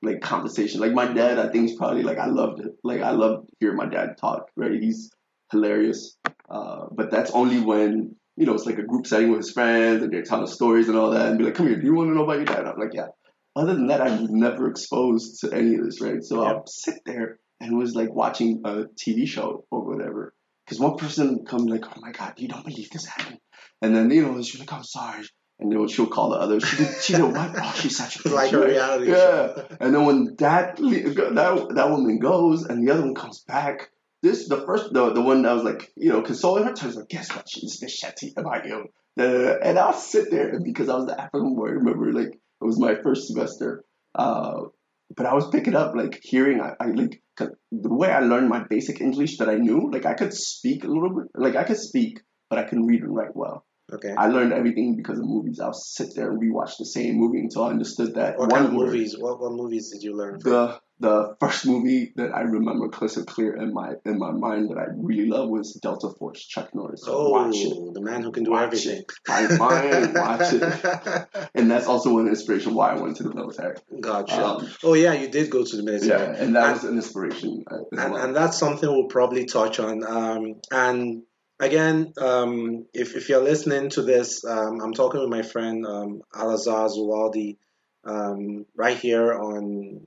S2: like conversation. Like my dad, I think is probably like I loved it. Like I loved hearing my dad talk. Right, he's hilarious. Uh, but that's only when you know it's like a group setting with his friends and they're telling stories and all that, and be like, "Come here, do you want to know about your dad?" I'm like, "Yeah." Other than that, I was never exposed to any of this, right? So I'll sit there and was like watching a TV show or whatever. Because one person come like, "Oh my god, you don't believe this happened." And then you know she's like, "I'm sorry," and then she'll call the other. She did, she did what? Oh, she's such a
S1: It's
S2: bitch,
S1: like a
S2: right?
S1: reality
S2: Yeah.
S1: show.
S2: And then when that le- that that woman goes and the other one comes back, this the first the, the one that was like you know consoling her turns like guess what she's the shetty about you. Da, da, da. And I'll sit there and because I was the African boy. I remember like it was my first semester, uh, but I was picking up like hearing. I, I like 'cause the way I learned my basic English that I knew. Like I could speak a little bit. Like I could speak, but I couldn't read and write well.
S1: Okay.
S2: I learned everything because of movies. I'll sit there and rewatch the same movie until I understood that
S1: What
S2: one
S1: kind of
S2: word
S1: movies? What what movies did you learn? From?
S2: the the first movie that I remember crystal clear in my in my mind that I really love was Delta Force, Chuck Norris. Watch it.
S1: Oh, the man who can do
S2: Watch
S1: everything.
S2: I mind watch it. And that's also an inspiration why I went to the military.
S1: Gotcha.
S2: Um,
S1: oh yeah, you did go to the military.
S2: yeah, and that
S1: And-
S2: was an inspiration uh, as
S1: and,
S2: well.
S1: and that's something we'll probably touch on. Um, and again, um, if, if you're listening to this, um, I'm talking with my friend um, Alazar Zuwaldi um, right here on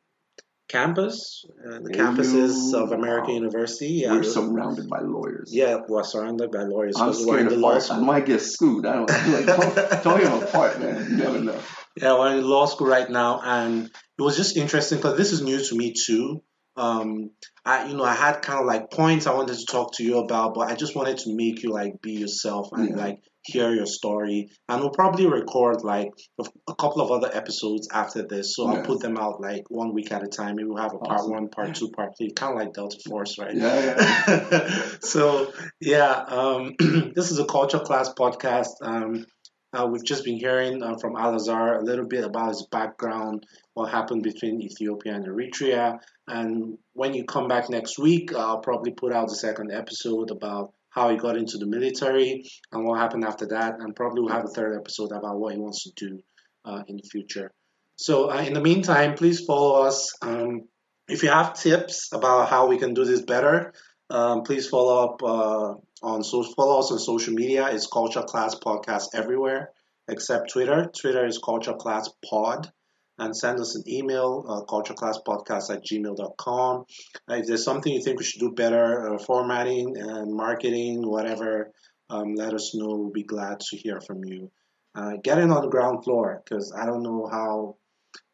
S1: campus, uh, the
S2: Hey,
S1: campuses
S2: you.
S1: of American
S2: Wow.
S1: University. Yeah,
S2: We're surrounded by lawyers.
S1: yeah, we're surrounded by lawyers.
S2: I'm
S1: 'cause we're in
S2: scared
S1: the
S2: of
S1: law
S2: farts. I
S1: school.
S2: might get sued. I don't like don't, don't even fart, man. You never know.
S1: Yeah, we're in law school right now, and it was just interesting because this is new to me too. Um, I you know I had kind of like points I wanted to talk to you about, but I just wanted to make you like be yourself and
S2: Yeah.
S1: like hear your story. And we'll probably record like a a couple of other episodes after this, so I'll
S2: Yeah.
S1: put them out like one week at a time. Maybe we'll have a part
S2: Awesome.
S1: one, part two, part three, kind of like Delta Force, right?
S2: Yeah, yeah.
S1: so yeah, um, this is a culture class podcast. Um, uh, we've just been hearing uh, from Alazar a little bit about his background, what happened between Ethiopia and Eritrea, and when you come back next week, I'll probably put out the second episode about how he got into the military and what happened after that, and probably we'll have a third episode about what he wants to do uh, in the future. So uh, in the meantime, please follow us. Um, if you have tips about how we can do this better, um, please follow up uh, on so follow us on social media. It's Culture Class Podcast everywhere except Twitter. Twitter is Culture Class Pod. And send us an email, uh, cultureclasspodcast at gmail.com. Uh, if there's something you think we should do better, uh, formatting and marketing, whatever, um, let us know. We'll be glad to hear from you. Uh, get in on the ground floor because I don't know how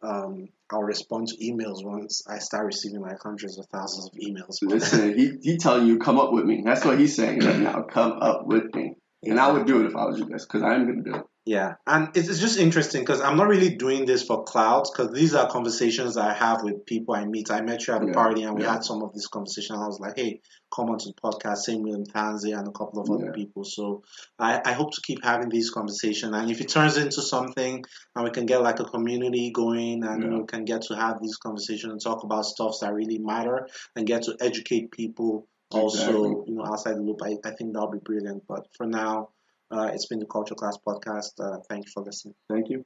S1: um, I'll respond to emails once I start receiving like hundreds of thousands of emails.
S2: Listen, he he telling you come up with me. That's what he's saying right now. Come up with me. And I would do it if I was you guys, because I'm gonna do it.
S1: Yeah, and it's, it's just interesting because I'm not really doing this for clouds because these are conversations I have with people I meet. I met you at a
S2: Yeah,
S1: party and we
S2: yeah.
S1: had some of this conversation. I was like, hey, come on to the podcast, same with Tanzi and a couple of other
S2: Yeah.
S1: people. So I, I hope to keep having these conversations. And if it turns into something and we can get like a community going and
S2: Yeah.
S1: we can get to have these conversations and talk about stuff that really matter and get to educate people also,
S2: Exactly.
S1: you know, outside the loop, I, I think that'll be brilliant. But for now, uh, it's been the Culture Class Podcast. Uh, thank you for listening.
S2: Thank you.